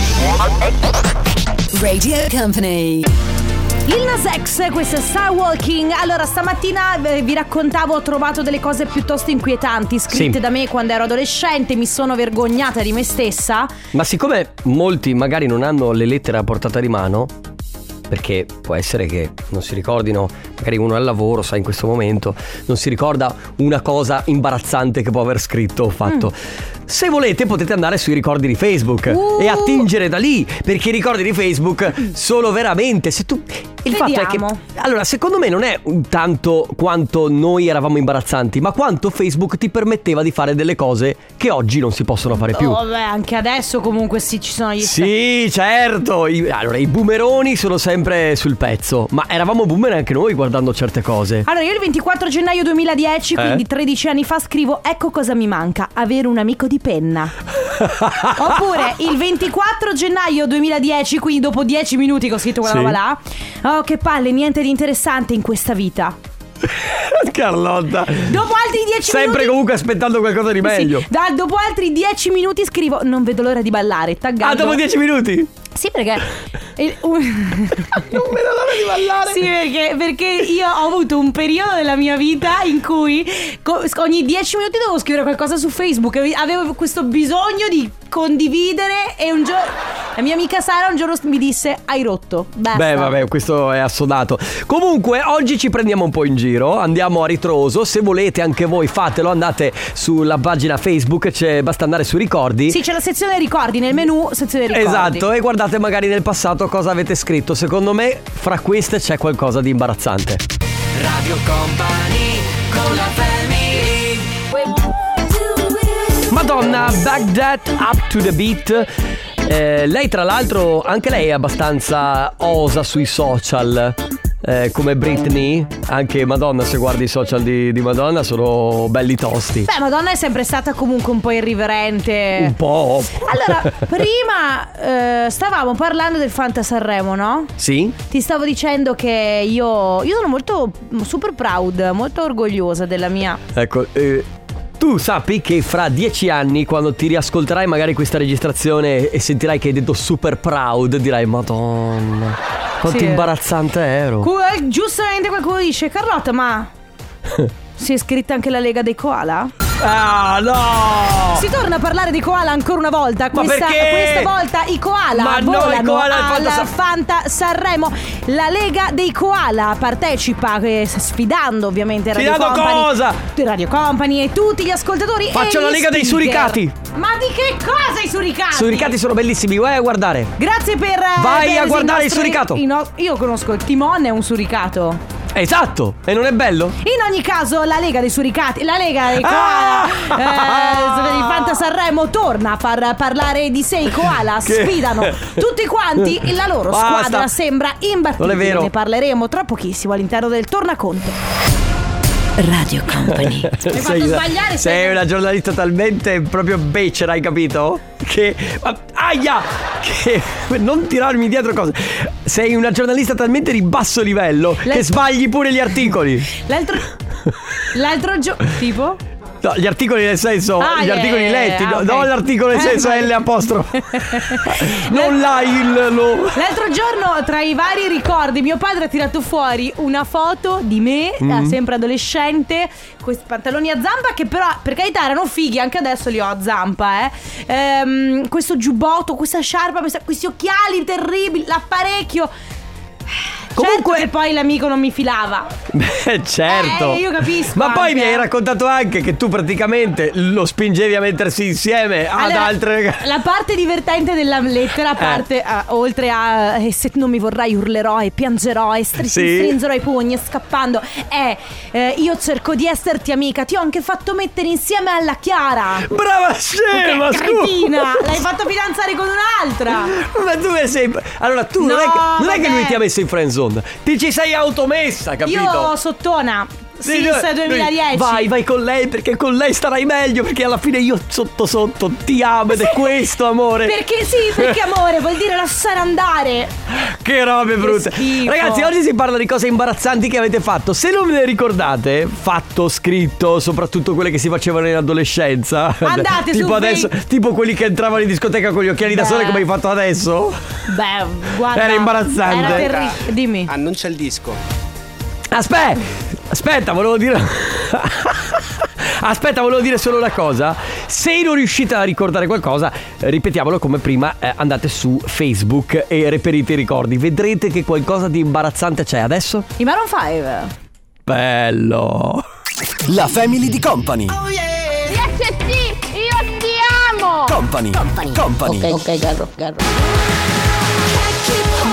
[SPEAKER 5] Radio Company.
[SPEAKER 2] Il Nas X, questo è Star Walking. Allora, stamattina eh, vi raccontavo, ho trovato delle cose piuttosto inquietanti scritte
[SPEAKER 1] Sì.
[SPEAKER 2] da me quando ero adolescente, mi sono vergognata di me stessa.
[SPEAKER 1] Ma siccome molti magari non hanno le lettere a portata di mano, perché può essere che non si ricordino, magari uno è al lavoro, sai, in questo momento, non si ricorda una cosa imbarazzante che può aver scritto o fatto. Se volete potete andare sui ricordi di Facebook
[SPEAKER 2] Mm. Uh.
[SPEAKER 1] e attingere da lì, perché i ricordi di Facebook sono veramente... Se tu... Il
[SPEAKER 2] Vediamo.
[SPEAKER 1] fatto è che... Allora, secondo me non è tanto quanto noi eravamo imbarazzanti, ma quanto Facebook ti permetteva di fare delle cose che oggi non si possono fare più.
[SPEAKER 2] Oh, vabbè, anche adesso comunque sì, ci sono gli
[SPEAKER 1] Sì, certo. I- allora, i boomeroni sono sempre sul pezzo. Ma eravamo boomer anche noi guardando certe
[SPEAKER 2] [LAUGHS]
[SPEAKER 1] cose.
[SPEAKER 2] Allora, io il 24 gennaio 2010,
[SPEAKER 1] Eh?
[SPEAKER 2] quindi 13 anni fa, scrivo: Ecco cosa mi manca, avere un amico di
[SPEAKER 1] [LAUGHS]
[SPEAKER 2] penna. Oppure il 24 gennaio 2010, quindi dopo 10 minuti che ho scritto quella
[SPEAKER 1] Sì.
[SPEAKER 2] roba là. Oh, che palle, niente di interessante in questa vita.
[SPEAKER 1] Carlotta.
[SPEAKER 2] Dopo altri 10
[SPEAKER 1] Sempre
[SPEAKER 2] minuti.
[SPEAKER 1] comunque aspettando qualcosa di meglio. Ah,
[SPEAKER 2] Sì, da- dopo altri 10 minuti scrivo Non vedo l'ora di ballare
[SPEAKER 1] Ah,
[SPEAKER 2] Taggando
[SPEAKER 1] dopo dieci minuti.
[SPEAKER 2] Sì perché
[SPEAKER 1] [LAUGHS]
[SPEAKER 2] il- un-
[SPEAKER 1] Non vedo l'ora di ballare.
[SPEAKER 2] Sì perché, perché io ho avuto un periodo della mia vita In cui co- ogni 10 minuti dovevo scrivere qualcosa su Facebook Ave- Avevo questo bisogno di condividere E un giorno La mia amica Sara un giorno mi disse Hai rotto Basta
[SPEAKER 1] Beh, vabbè, questo è assodato. Comunque, oggi ci prendiamo un po' in giro, andiamo a ritroso. Se volete anche voi fatelo, andate sulla pagina Facebook, c'è- basta andare su ricordi.
[SPEAKER 2] Sì c'è la sezione ricordi Nel menu sezione ricordi
[SPEAKER 1] Esatto, e guardate magari nel passato cosa avete scritto. Secondo me, fra queste c'è qualcosa di imbarazzante.
[SPEAKER 3] Radio Company con la family
[SPEAKER 1] Madonna, back that up to the beat. Eh, lei, tra l'altro, anche lei è abbastanza osa sui social. eh, come Britney, anche Madonna, se guardi i social di, di Madonna, sono belli tosti.
[SPEAKER 2] Beh, Madonna è sempre stata comunque un po' irriverente.
[SPEAKER 1] Un po'.
[SPEAKER 2] Eh. Allora,
[SPEAKER 1] [LAUGHS]
[SPEAKER 2] prima eh, stavamo parlando del Fanta Sanremo, no?
[SPEAKER 1] Sì?
[SPEAKER 2] Ti stavo dicendo che io, io sono molto mm, super proud, molto orgogliosa della mia.
[SPEAKER 1] Ecco, eh, tu sappi che fra dieci anni, quando ti riascolterai magari questa registrazione e sentirai che hai detto super proud, dirai Madonna, quanto
[SPEAKER 2] Sì.
[SPEAKER 1] imbarazzante ero.
[SPEAKER 2] Cu- eh, Giustamente qualcuno dice,
[SPEAKER 1] [LAUGHS]
[SPEAKER 2] Carlotta, ma si è iscritta anche la Lega dei Koala?
[SPEAKER 1] ah, no!
[SPEAKER 2] Si torna a parlare di koala ancora una volta.
[SPEAKER 1] Ma
[SPEAKER 2] Questa,
[SPEAKER 1] perché?
[SPEAKER 2] questa volta i koala
[SPEAKER 1] Ma no, i
[SPEAKER 2] volano
[SPEAKER 1] koala al
[SPEAKER 2] alla
[SPEAKER 1] Fanta San-
[SPEAKER 2] Fanta Sanremo. La Lega dei Koala partecipa eh, sfidando ovviamente Radio
[SPEAKER 1] Sfidando
[SPEAKER 2] Company.
[SPEAKER 1] cosa?
[SPEAKER 2] Radio Company e tutti gli ascoltatori. e
[SPEAKER 1] Faccio la
[SPEAKER 2] gli
[SPEAKER 1] Lega dei
[SPEAKER 2] speaker.
[SPEAKER 1] suricati.
[SPEAKER 2] Ma di che cosa i suricati?
[SPEAKER 1] Suricati sono bellissimi, vai a guardare.
[SPEAKER 2] Grazie per eh,
[SPEAKER 1] Vai
[SPEAKER 2] aver
[SPEAKER 1] a
[SPEAKER 2] il
[SPEAKER 1] guardare il
[SPEAKER 2] nostro-
[SPEAKER 1] suricato.
[SPEAKER 2] no- io conosco il Timon è un suricato.
[SPEAKER 1] Esatto, e non è bello?
[SPEAKER 2] In ogni caso, la Lega dei Suricati, la Lega dei
[SPEAKER 1] Ah!
[SPEAKER 2] Koala, eh, per il Fanta Sanremo torna a far parlare di sé. I Koala
[SPEAKER 1] Che-
[SPEAKER 2] sfidano tutti quanti. e La loro
[SPEAKER 1] Basta.
[SPEAKER 2] squadra sembra imbattibile.
[SPEAKER 1] Non è vero.
[SPEAKER 2] Ne parleremo tra pochissimo all'interno del Tornaconto.
[SPEAKER 5] Radio Company.
[SPEAKER 1] [LAUGHS] Mi
[SPEAKER 2] fatto
[SPEAKER 1] Sei
[SPEAKER 2] sbagliare, sei-
[SPEAKER 1] una giornalista talmente proprio becera, hai capito? Che. ma- aia! Che. [LAUGHS] Non tirarmi dietro cose. Sei una giornalista talmente di basso livello
[SPEAKER 2] Le-
[SPEAKER 1] che sbagli pure gli articoli. [LAUGHS]
[SPEAKER 2] L'altro, l'altro giorno. Tipo?
[SPEAKER 1] No, gli articoli nel senso.
[SPEAKER 2] Ah,
[SPEAKER 1] gli
[SPEAKER 2] yeah,
[SPEAKER 1] articoli
[SPEAKER 2] yeah,
[SPEAKER 1] letti,
[SPEAKER 2] ah,
[SPEAKER 1] no,
[SPEAKER 2] ok.
[SPEAKER 1] non l'articolo nel
[SPEAKER 2] Eh,
[SPEAKER 1] senso
[SPEAKER 2] [LAUGHS] vai.
[SPEAKER 1] L apostrofo. non la il.
[SPEAKER 2] [LAUGHS]
[SPEAKER 1] Lo.
[SPEAKER 2] L'altro giorno, tra i vari ricordi, mio padre ha tirato fuori una foto di me, da sempre adolescente, con questi pantaloni a zampa che però, per carità, erano fighi, anche adesso li ho a zampa, eh. Ehm, questo giubbotto, questa sciarpa, questa- questi occhiali terribili, l'apparecchio. Comunque, certo che poi l'amico non mi filava.
[SPEAKER 1] Beh, certo.
[SPEAKER 2] Eh, io capisco
[SPEAKER 1] Ma poi
[SPEAKER 2] anche,
[SPEAKER 1] mi hai
[SPEAKER 2] eh.
[SPEAKER 1] raccontato anche che tu praticamente lo spingevi a mettersi insieme ad
[SPEAKER 2] Allora,
[SPEAKER 1] altre. Eh.
[SPEAKER 2] La parte divertente della lettera, a parte, a- oltre a eh, se non mi vorrai urlerò e piangerò e stri-
[SPEAKER 1] Sì.
[SPEAKER 2] stringerò i pugni scappando, è eh, io cerco di esserti amica, ti ho anche fatto mettere insieme alla Chiara.
[SPEAKER 1] Brava scema,
[SPEAKER 2] che cretina!
[SPEAKER 1] scusa.
[SPEAKER 2] L'hai fatto fidanzare con un'altra!
[SPEAKER 1] [LAUGHS] Ma tu che sei. Allora, tu non,
[SPEAKER 2] No,
[SPEAKER 1] è che, non è
[SPEAKER 2] vabbè.
[SPEAKER 1] che lui ti ha messo in friend zone, ti ci sei automessa, capito?
[SPEAKER 2] Io sottona,
[SPEAKER 1] Sì,
[SPEAKER 2] since
[SPEAKER 1] lui-
[SPEAKER 2] 2010.
[SPEAKER 1] Vai, vai con lei perché con lei starai meglio. Perché alla fine io sotto sotto ti amo ed è questo, amore.
[SPEAKER 2] Perché sì, perché amore, vuol dire lasciare andare.
[SPEAKER 1] Che robe brutte.
[SPEAKER 2] schifo.
[SPEAKER 1] Ragazzi, oggi si parla di cose imbarazzanti che avete fatto. Se non ve le ricordate, fatto, scritto, soprattutto quelle che si facevano in adolescenza.
[SPEAKER 2] Andate su
[SPEAKER 1] tipo adesso,
[SPEAKER 2] Face-
[SPEAKER 1] tipo quelli che entravano in discoteca con gli occhiali da
[SPEAKER 2] Beh.
[SPEAKER 1] sole come hai fatto adesso.
[SPEAKER 2] Beh, guarda.
[SPEAKER 1] Era imbarazzante.
[SPEAKER 2] Era terri- Dimmi.
[SPEAKER 8] Annuncia il disco.
[SPEAKER 1] Aspetta, aspetta, volevo dire. [LAUGHS] Aspetta, volevo dire solo una cosa. Se non riuscite a ricordare qualcosa, eh, ripetiamolo come prima, eh, andate su Facebook e reperite i ricordi. Vedrete che qualcosa di imbarazzante c'è adesso.
[SPEAKER 2] I Maroon 5.
[SPEAKER 1] Bello.
[SPEAKER 3] La family di Company.
[SPEAKER 2] Oh,
[SPEAKER 9] Yes, sì, io ti amo!
[SPEAKER 3] Company. Company.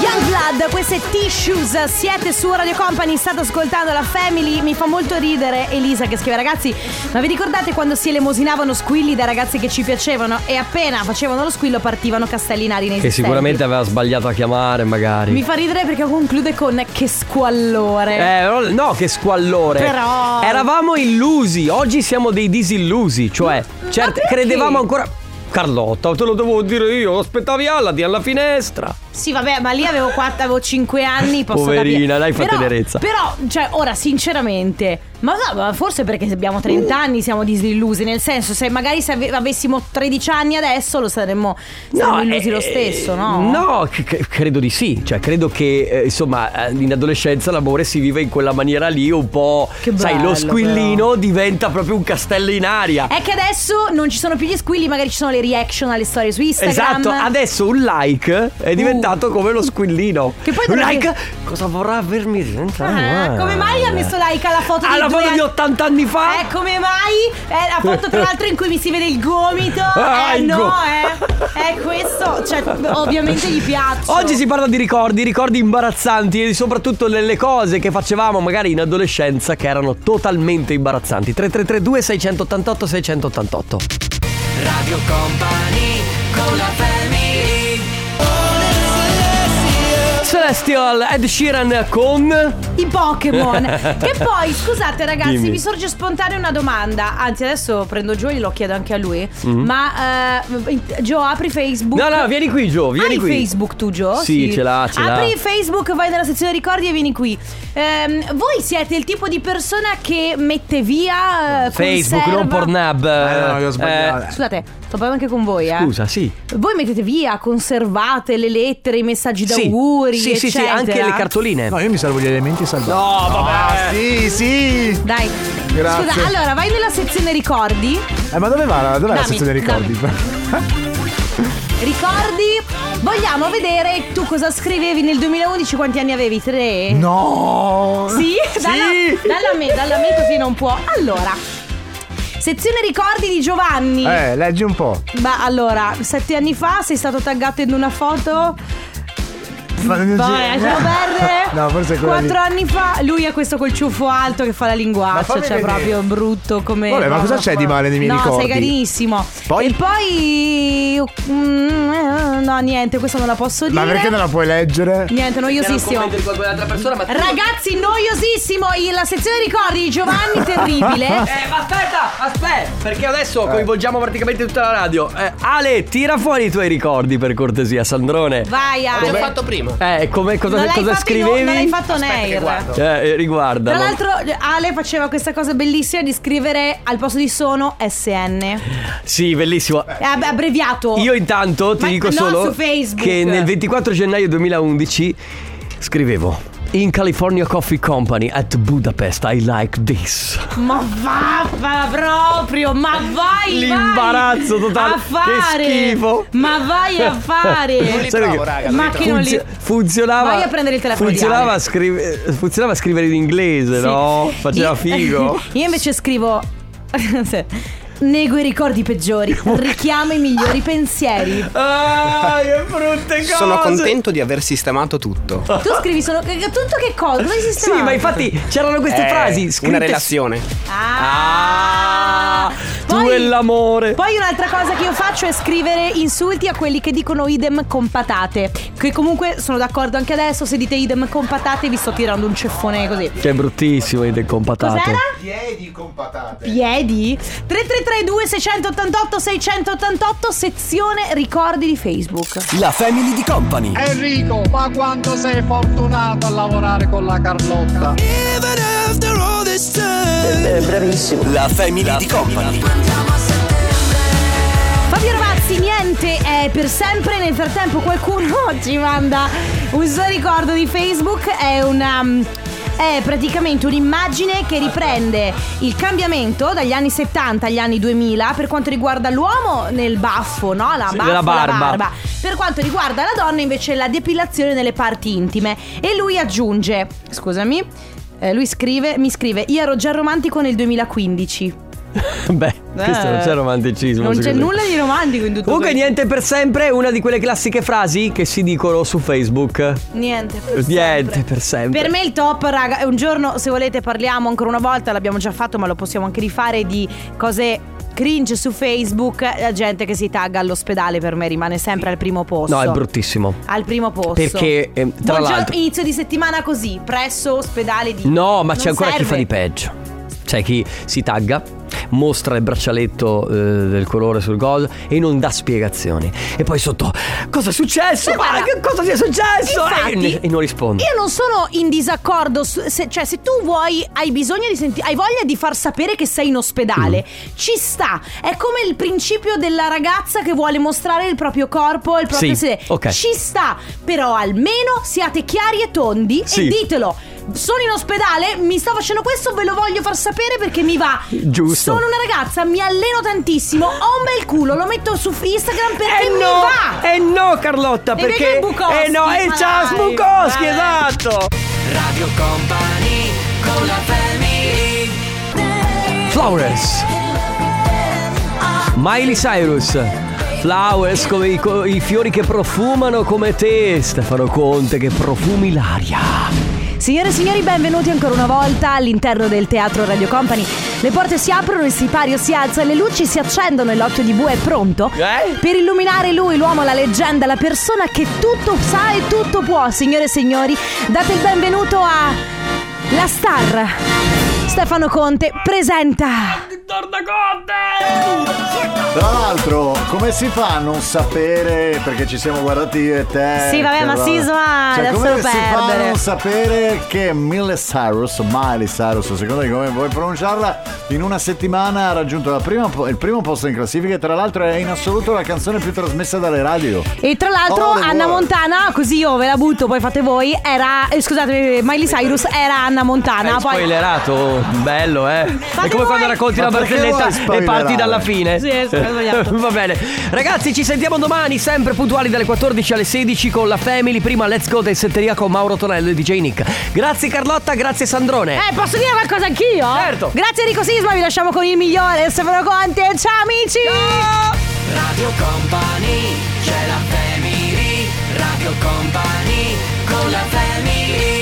[SPEAKER 2] Youngblood, queste tissues, siete su Radio Company, state ascoltando la Family, mi fa molto ridere Elisa che scrive ragazzi, ma vi ricordate quando si elemosinavano squilli da ragazzi che ci piacevano e appena facevano lo squillo partivano castellinari nei
[SPEAKER 1] Che sicuramente aveva sbagliato a chiamare, magari.
[SPEAKER 2] Mi fa ridere perché conclude con che squallore.
[SPEAKER 1] Eh, no, no, che squallore.
[SPEAKER 2] Però-
[SPEAKER 1] Eravamo illusi, oggi siamo dei disillusi. Cioè, certo,
[SPEAKER 2] perché?
[SPEAKER 1] credevamo ancora. Carlotta, te lo devo dire io, aspettavi Aladi alla finestra.
[SPEAKER 2] Sì, vabbè, ma lì avevo 4, avevo 5 anni, posso
[SPEAKER 1] Poverina,
[SPEAKER 2] capire.
[SPEAKER 1] dai, fa
[SPEAKER 2] Però-
[SPEAKER 1] tenerezza.
[SPEAKER 2] Però, cioè, ora sinceramente, ma, no, ma forse perché abbiamo 30 anni siamo disillusi, nel senso se magari se ave- avessimo 13 anni adesso lo saremmo, saremmo illusi
[SPEAKER 1] eh,
[SPEAKER 2] lo stesso, no?
[SPEAKER 1] No, c- c- credo di sì. Cioè, credo che, eh, insomma, eh, in adolescenza l'amore si vive in quella maniera lì, un po'.
[SPEAKER 2] Che
[SPEAKER 1] sai, lo
[SPEAKER 2] bello,
[SPEAKER 1] squillino diventa proprio un castello in aria.
[SPEAKER 2] È che adesso non ci sono più gli squilli, magari ci sono le reaction alle storie su Instagram. Uh.
[SPEAKER 1] Esatto, adesso un like è diventato come lo squillino.
[SPEAKER 2] Che poi
[SPEAKER 1] un
[SPEAKER 2] dovrebbe-
[SPEAKER 1] like cosa vorrà avermi dentro?
[SPEAKER 2] Ah, come mai ha messo like alla foto
[SPEAKER 1] alla
[SPEAKER 2] di due
[SPEAKER 1] foto di
[SPEAKER 2] anni-
[SPEAKER 1] 80 anni fa?
[SPEAKER 2] Eh, come mai? Eh, la foto tra l'altro in cui mi si vede il gomito.
[SPEAKER 1] [LAUGHS] Ah,
[SPEAKER 2] eh,
[SPEAKER 1] il
[SPEAKER 2] no,
[SPEAKER 1] go-
[SPEAKER 2] eh. È questo. Cioè, ovviamente gli piaccio.
[SPEAKER 1] Oggi si parla di ricordi, ricordi imbarazzanti e soprattutto delle cose che facevamo magari in adolescenza che erano totalmente imbarazzanti. 3332 688 688.
[SPEAKER 3] Radio Company con la family.
[SPEAKER 1] Se Celestial Ed Sheeran con
[SPEAKER 2] I Pokémon.
[SPEAKER 1] [LAUGHS]
[SPEAKER 2] che poi, scusate ragazzi,
[SPEAKER 1] Dimmi.
[SPEAKER 2] mi sorge spontanea una domanda. Anzi, adesso prendo Gio e glielo chiedo anche a lui. Ma eh, Gio, apri Facebook.
[SPEAKER 1] Mm-hmm. No, no, vieni qui, Gio, vieni
[SPEAKER 2] Hai
[SPEAKER 1] qui.
[SPEAKER 2] Facebook tu, Gio?
[SPEAKER 1] Sì, ce l'ha, ce l'ha.
[SPEAKER 2] Apri Facebook, vai nella sezione ricordi e vieni qui. Ehm, voi siete il tipo di persona che mette via eh,
[SPEAKER 1] Facebook, non
[SPEAKER 2] conserva-
[SPEAKER 1] Pornhub.
[SPEAKER 8] Eh, no, io ho
[SPEAKER 1] Eh,
[SPEAKER 8] sbagliato.
[SPEAKER 2] Scusate, sto parlando anche con voi, eh.
[SPEAKER 1] Scusa, sì.
[SPEAKER 2] Voi mettete via, conservate le lettere, i messaggi
[SPEAKER 1] Sì.
[SPEAKER 2] d'auguri,
[SPEAKER 1] sì, sì, sì,
[SPEAKER 2] eccetera.
[SPEAKER 1] anche le cartoline.
[SPEAKER 8] No, io mi salvo gli elementi salvati.
[SPEAKER 1] No, vabbè.
[SPEAKER 8] Ah, sì, sì.
[SPEAKER 2] Dai.
[SPEAKER 8] Grazie.
[SPEAKER 2] Scusa, allora vai nella sezione ricordi.
[SPEAKER 8] Eh, ma dove va? la- Dov'è la
[SPEAKER 2] Dammi,
[SPEAKER 8] sezione dei ricordi?
[SPEAKER 2] [LAUGHS] Ricordi? Vogliamo vedere tu cosa scrivevi nel 2011, quanti anni avevi?
[SPEAKER 8] Mm.
[SPEAKER 2] Tre?
[SPEAKER 8] No.
[SPEAKER 2] Sì, dalla, dalla me, dalla me così non può. Allora. Sezione ricordi di Giovanni.
[SPEAKER 8] Eh, leggi un po'.
[SPEAKER 2] Ma allora, sette anni fa sei stato taggato in una foto.
[SPEAKER 8] Ma non
[SPEAKER 2] Vabbè,
[SPEAKER 8] c'è-
[SPEAKER 2] lasciamo perdere.
[SPEAKER 8] [LAUGHS] No, forse è quella lì.
[SPEAKER 2] Quattro anni fa lui ha questo col ciuffo alto che fa la
[SPEAKER 8] Ma
[SPEAKER 2] linguaccia.
[SPEAKER 8] fammi
[SPEAKER 2] Cioè,
[SPEAKER 8] vedere.
[SPEAKER 2] proprio brutto come.
[SPEAKER 8] Vabbè, ma
[SPEAKER 2] no,
[SPEAKER 8] cosa c'è di male nei miei
[SPEAKER 2] no,
[SPEAKER 8] ricordi?
[SPEAKER 2] sei carinissimo.
[SPEAKER 8] Poi?
[SPEAKER 2] E poi. mm, No, niente, questa non la posso dire.
[SPEAKER 8] Ma perché non la puoi leggere?
[SPEAKER 2] Niente, noiosissimo. Ragazzi, noiosissimo. il- La sezione ricordi di Giovanni, terribile.
[SPEAKER 8] [LAUGHS]
[SPEAKER 1] Eh, ma aspetta, aspetta, perché adesso
[SPEAKER 2] Eh.
[SPEAKER 1] coinvolgiamo praticamente tutta la radio. Eh, Ale, tira fuori i tuoi ricordi per cortesia, Sandrone.
[SPEAKER 2] Vai, Ale.
[SPEAKER 11] prima.
[SPEAKER 1] Eh, come cosa,
[SPEAKER 2] Non l'hai
[SPEAKER 1] cosa
[SPEAKER 2] fatto
[SPEAKER 1] scrivevi?
[SPEAKER 2] in- non l'hai fatto Nair.
[SPEAKER 1] Eh, eh, riguarda.
[SPEAKER 2] Tra l'altro Ale faceva questa cosa bellissima di scrivere al posto di sono SN. Eh,
[SPEAKER 1] Sì, bellissimo.
[SPEAKER 2] ab- abbreviato.
[SPEAKER 1] Io intanto ti
[SPEAKER 2] Ma
[SPEAKER 1] dico
[SPEAKER 2] no,
[SPEAKER 1] solo
[SPEAKER 2] su Facebook.
[SPEAKER 1] che nel 24 gennaio 2011 scrivevo In California Coffee Company at Budapest I like this.
[SPEAKER 2] Ma va, va proprio, ma vai!
[SPEAKER 1] L'imbarazzo
[SPEAKER 2] vai
[SPEAKER 1] totale.
[SPEAKER 2] A fare.
[SPEAKER 1] Che schifo.
[SPEAKER 2] Ma vai a
[SPEAKER 1] Sai
[SPEAKER 2] fare!
[SPEAKER 1] perché?
[SPEAKER 2] ma che non li.
[SPEAKER 1] Funzio- funzionava
[SPEAKER 2] Vai a prendere il telefono di
[SPEAKER 1] funzionava, a
[SPEAKER 2] Ale.
[SPEAKER 1] scrive- funzionava a scrivere in inglese
[SPEAKER 2] Sì. [LAUGHS]
[SPEAKER 1] no? faceva
[SPEAKER 2] Io-
[SPEAKER 1] figo
[SPEAKER 2] [LAUGHS] Io invece scrivo. Nego i
[SPEAKER 1] [LAUGHS]
[SPEAKER 2] ricordi peggiori, richiamo i migliori pensieri.
[SPEAKER 1] ah che brutte cose
[SPEAKER 11] Sono contento di aver sistemato tutto.
[SPEAKER 2] Tu scrivi solo. Tutto che cosa? Cosa esiste?
[SPEAKER 1] sì ma infatti c'erano queste
[SPEAKER 11] Eh,
[SPEAKER 1] frasi scritte
[SPEAKER 11] Una relazione.
[SPEAKER 2] Ah,
[SPEAKER 1] Ah, tu e l'amore.
[SPEAKER 2] Poi un'altra cosa che io faccio è scrivere insulti a quelli che dicono idem con patate. Che comunque sono d'accordo anche adesso. Se dite idem con patate, vi sto tirando un ceffone così.
[SPEAKER 1] che è bruttissimo i decompatate
[SPEAKER 2] Cos'era? Piedi con patate. Piedi? 3332 688 688 sezione ricordi di Facebook.
[SPEAKER 1] la family di company
[SPEAKER 10] Enrico, ma quanto sei fortunato a lavorare con la Carlotta.
[SPEAKER 1] la family di company
[SPEAKER 2] Fabio Rovazzi, niente è per sempre. Nel frattempo, qualcuno [LAUGHS] ci manda un suo ricordo di Facebook. È una. mm, È praticamente un'immagine che riprende il cambiamento dagli anni 70 agli anni 2000 per quanto riguarda l'uomo nel baffo, no? La,
[SPEAKER 1] Sì,
[SPEAKER 2] baffo,
[SPEAKER 1] la barba.
[SPEAKER 2] Per quanto riguarda la donna invece la depilazione nelle parti intime. E lui aggiunge, scusami, eh, lui scrive, mi scrive, io ero già romantico nel 2015.
[SPEAKER 1] beh questo non c'è
[SPEAKER 2] Eh,
[SPEAKER 1] romanticismo
[SPEAKER 2] Non c'è
[SPEAKER 1] secondo me.
[SPEAKER 2] nulla di romantico in tutto
[SPEAKER 1] Comunque
[SPEAKER 2] questo.
[SPEAKER 1] niente per sempre è una di quelle classiche frasi che si dicono su Facebook.
[SPEAKER 2] Niente. Per
[SPEAKER 1] Niente
[SPEAKER 2] sempre.
[SPEAKER 1] per sempre.
[SPEAKER 2] Per me il top, raga, è un giorno, se volete, parliamo ancora una volta, l'abbiamo già fatto, ma lo possiamo anche rifare di cose cringe su Facebook, la gente che si tagga all'ospedale per me rimane sempre al primo posto.
[SPEAKER 1] No, è bruttissimo.
[SPEAKER 2] Al primo posto.
[SPEAKER 1] Perché, ehm, tra
[SPEAKER 2] Buongiorno,
[SPEAKER 1] l'altro-
[SPEAKER 2] inizio di settimana così, presso ospedale di
[SPEAKER 1] No, ma
[SPEAKER 2] Non
[SPEAKER 1] c'è ancora
[SPEAKER 2] serve.
[SPEAKER 1] chi fa di peggio. C'è chi si tagga, mostra il braccialetto eh, del colore sul coso e non dà spiegazioni. E poi sotto, cosa è successo?
[SPEAKER 2] Ma
[SPEAKER 1] Ma
[SPEAKER 2] guarda,
[SPEAKER 1] che cosa ti è successo?
[SPEAKER 2] infatti-
[SPEAKER 1] e, ne- e non risponde.
[SPEAKER 2] Io non sono in disaccordo, su- se- cioè se tu vuoi, hai bisogno di sentire, hai voglia di far sapere che sei in ospedale,
[SPEAKER 1] Mm.
[SPEAKER 2] ci sta, è come il principio della ragazza che vuole mostrare il proprio corpo, il proprio
[SPEAKER 1] Sì,
[SPEAKER 2] sedere,
[SPEAKER 1] ok.
[SPEAKER 2] ci sta, però almeno siate chiari e tondi
[SPEAKER 1] Sì.
[SPEAKER 2] e ditelo, sono in ospedale, mi sta facendo questo, ve lo voglio far sapere perché mi va,
[SPEAKER 1] Giusto.
[SPEAKER 2] sono una ragazza, mi alleno tantissimo, ho un bel culo, lo metto su Instagram perché
[SPEAKER 1] eh
[SPEAKER 2] mi
[SPEAKER 1] no,
[SPEAKER 2] va.
[SPEAKER 1] eh no Carlotta,
[SPEAKER 2] E
[SPEAKER 1] perché...
[SPEAKER 2] mica il Bukowski,
[SPEAKER 1] eh no, e
[SPEAKER 2] ma
[SPEAKER 1] ciao
[SPEAKER 2] dai.
[SPEAKER 1] Bukowski,
[SPEAKER 2] Eh.
[SPEAKER 1] esatto.
[SPEAKER 3] Radio Company con la family
[SPEAKER 1] Flowers Miley Cyrus Flowers come i, co- i fiori che profumano come te Stefano Conte che profumi l'aria
[SPEAKER 2] Signore e signori, benvenuti ancora una volta all'interno del teatro Radio Company. Le porte si aprono, il sipario si alza, le luci si accendono e l'occhio di bue è pronto per illuminare lui, l'uomo, la leggenda, la persona che tutto sa e tutto può. Signore e signori, date il benvenuto a la star. Stefano Conte presenta.
[SPEAKER 12] Tra l'altro, come si fa a non sapere? Perché ci siamo guardati io e te.
[SPEAKER 2] Sì, vabbè, ma
[SPEAKER 12] Carla.
[SPEAKER 2] Sisma,
[SPEAKER 12] Cioè,
[SPEAKER 2] lascialo
[SPEAKER 12] come si fa a
[SPEAKER 2] perdere.
[SPEAKER 12] non sapere che Miley Cyrus, o Miley Cyrus, secondo me come vuoi pronunciarla, in una settimana ha raggiunto la prima po- il primo posto in classifica e tra l'altro è in assoluto la canzone più trasmessa dalle radio.
[SPEAKER 2] E tra l'altro
[SPEAKER 12] Oh, le
[SPEAKER 2] Anna
[SPEAKER 12] vuole.
[SPEAKER 2] Montana, così io ve la butto, poi fate voi, era, eh, scusatemi, Miley Cyrus era Anna Montana,
[SPEAKER 1] Hai
[SPEAKER 2] poi...
[SPEAKER 1] spoilerato, bello eh. È come quando racconti
[SPEAKER 4] Ma
[SPEAKER 1] la
[SPEAKER 4] perché
[SPEAKER 1] barzelletta
[SPEAKER 4] vuoi
[SPEAKER 1] e parti
[SPEAKER 4] spoilerare?
[SPEAKER 1] dalla fine.
[SPEAKER 4] Sì, è sbagliato.
[SPEAKER 1] [LAUGHS] Va bene. Ragazzi, ci sentiamo domani, sempre puntuali dalle 14 alle 16 con la Family. Prima let's go del setteria con Mauro Tonello e DJ Nick. Grazie Carlotta, grazie Sandrone.
[SPEAKER 2] Eh, posso dire qualcosa anch'io? Certo. Grazie Enrico Sisma, vi lasciamo con il migliore, Stefano Conte. Ciao amici!
[SPEAKER 3] Radio Company, c'è la family, Radio Company, con la family.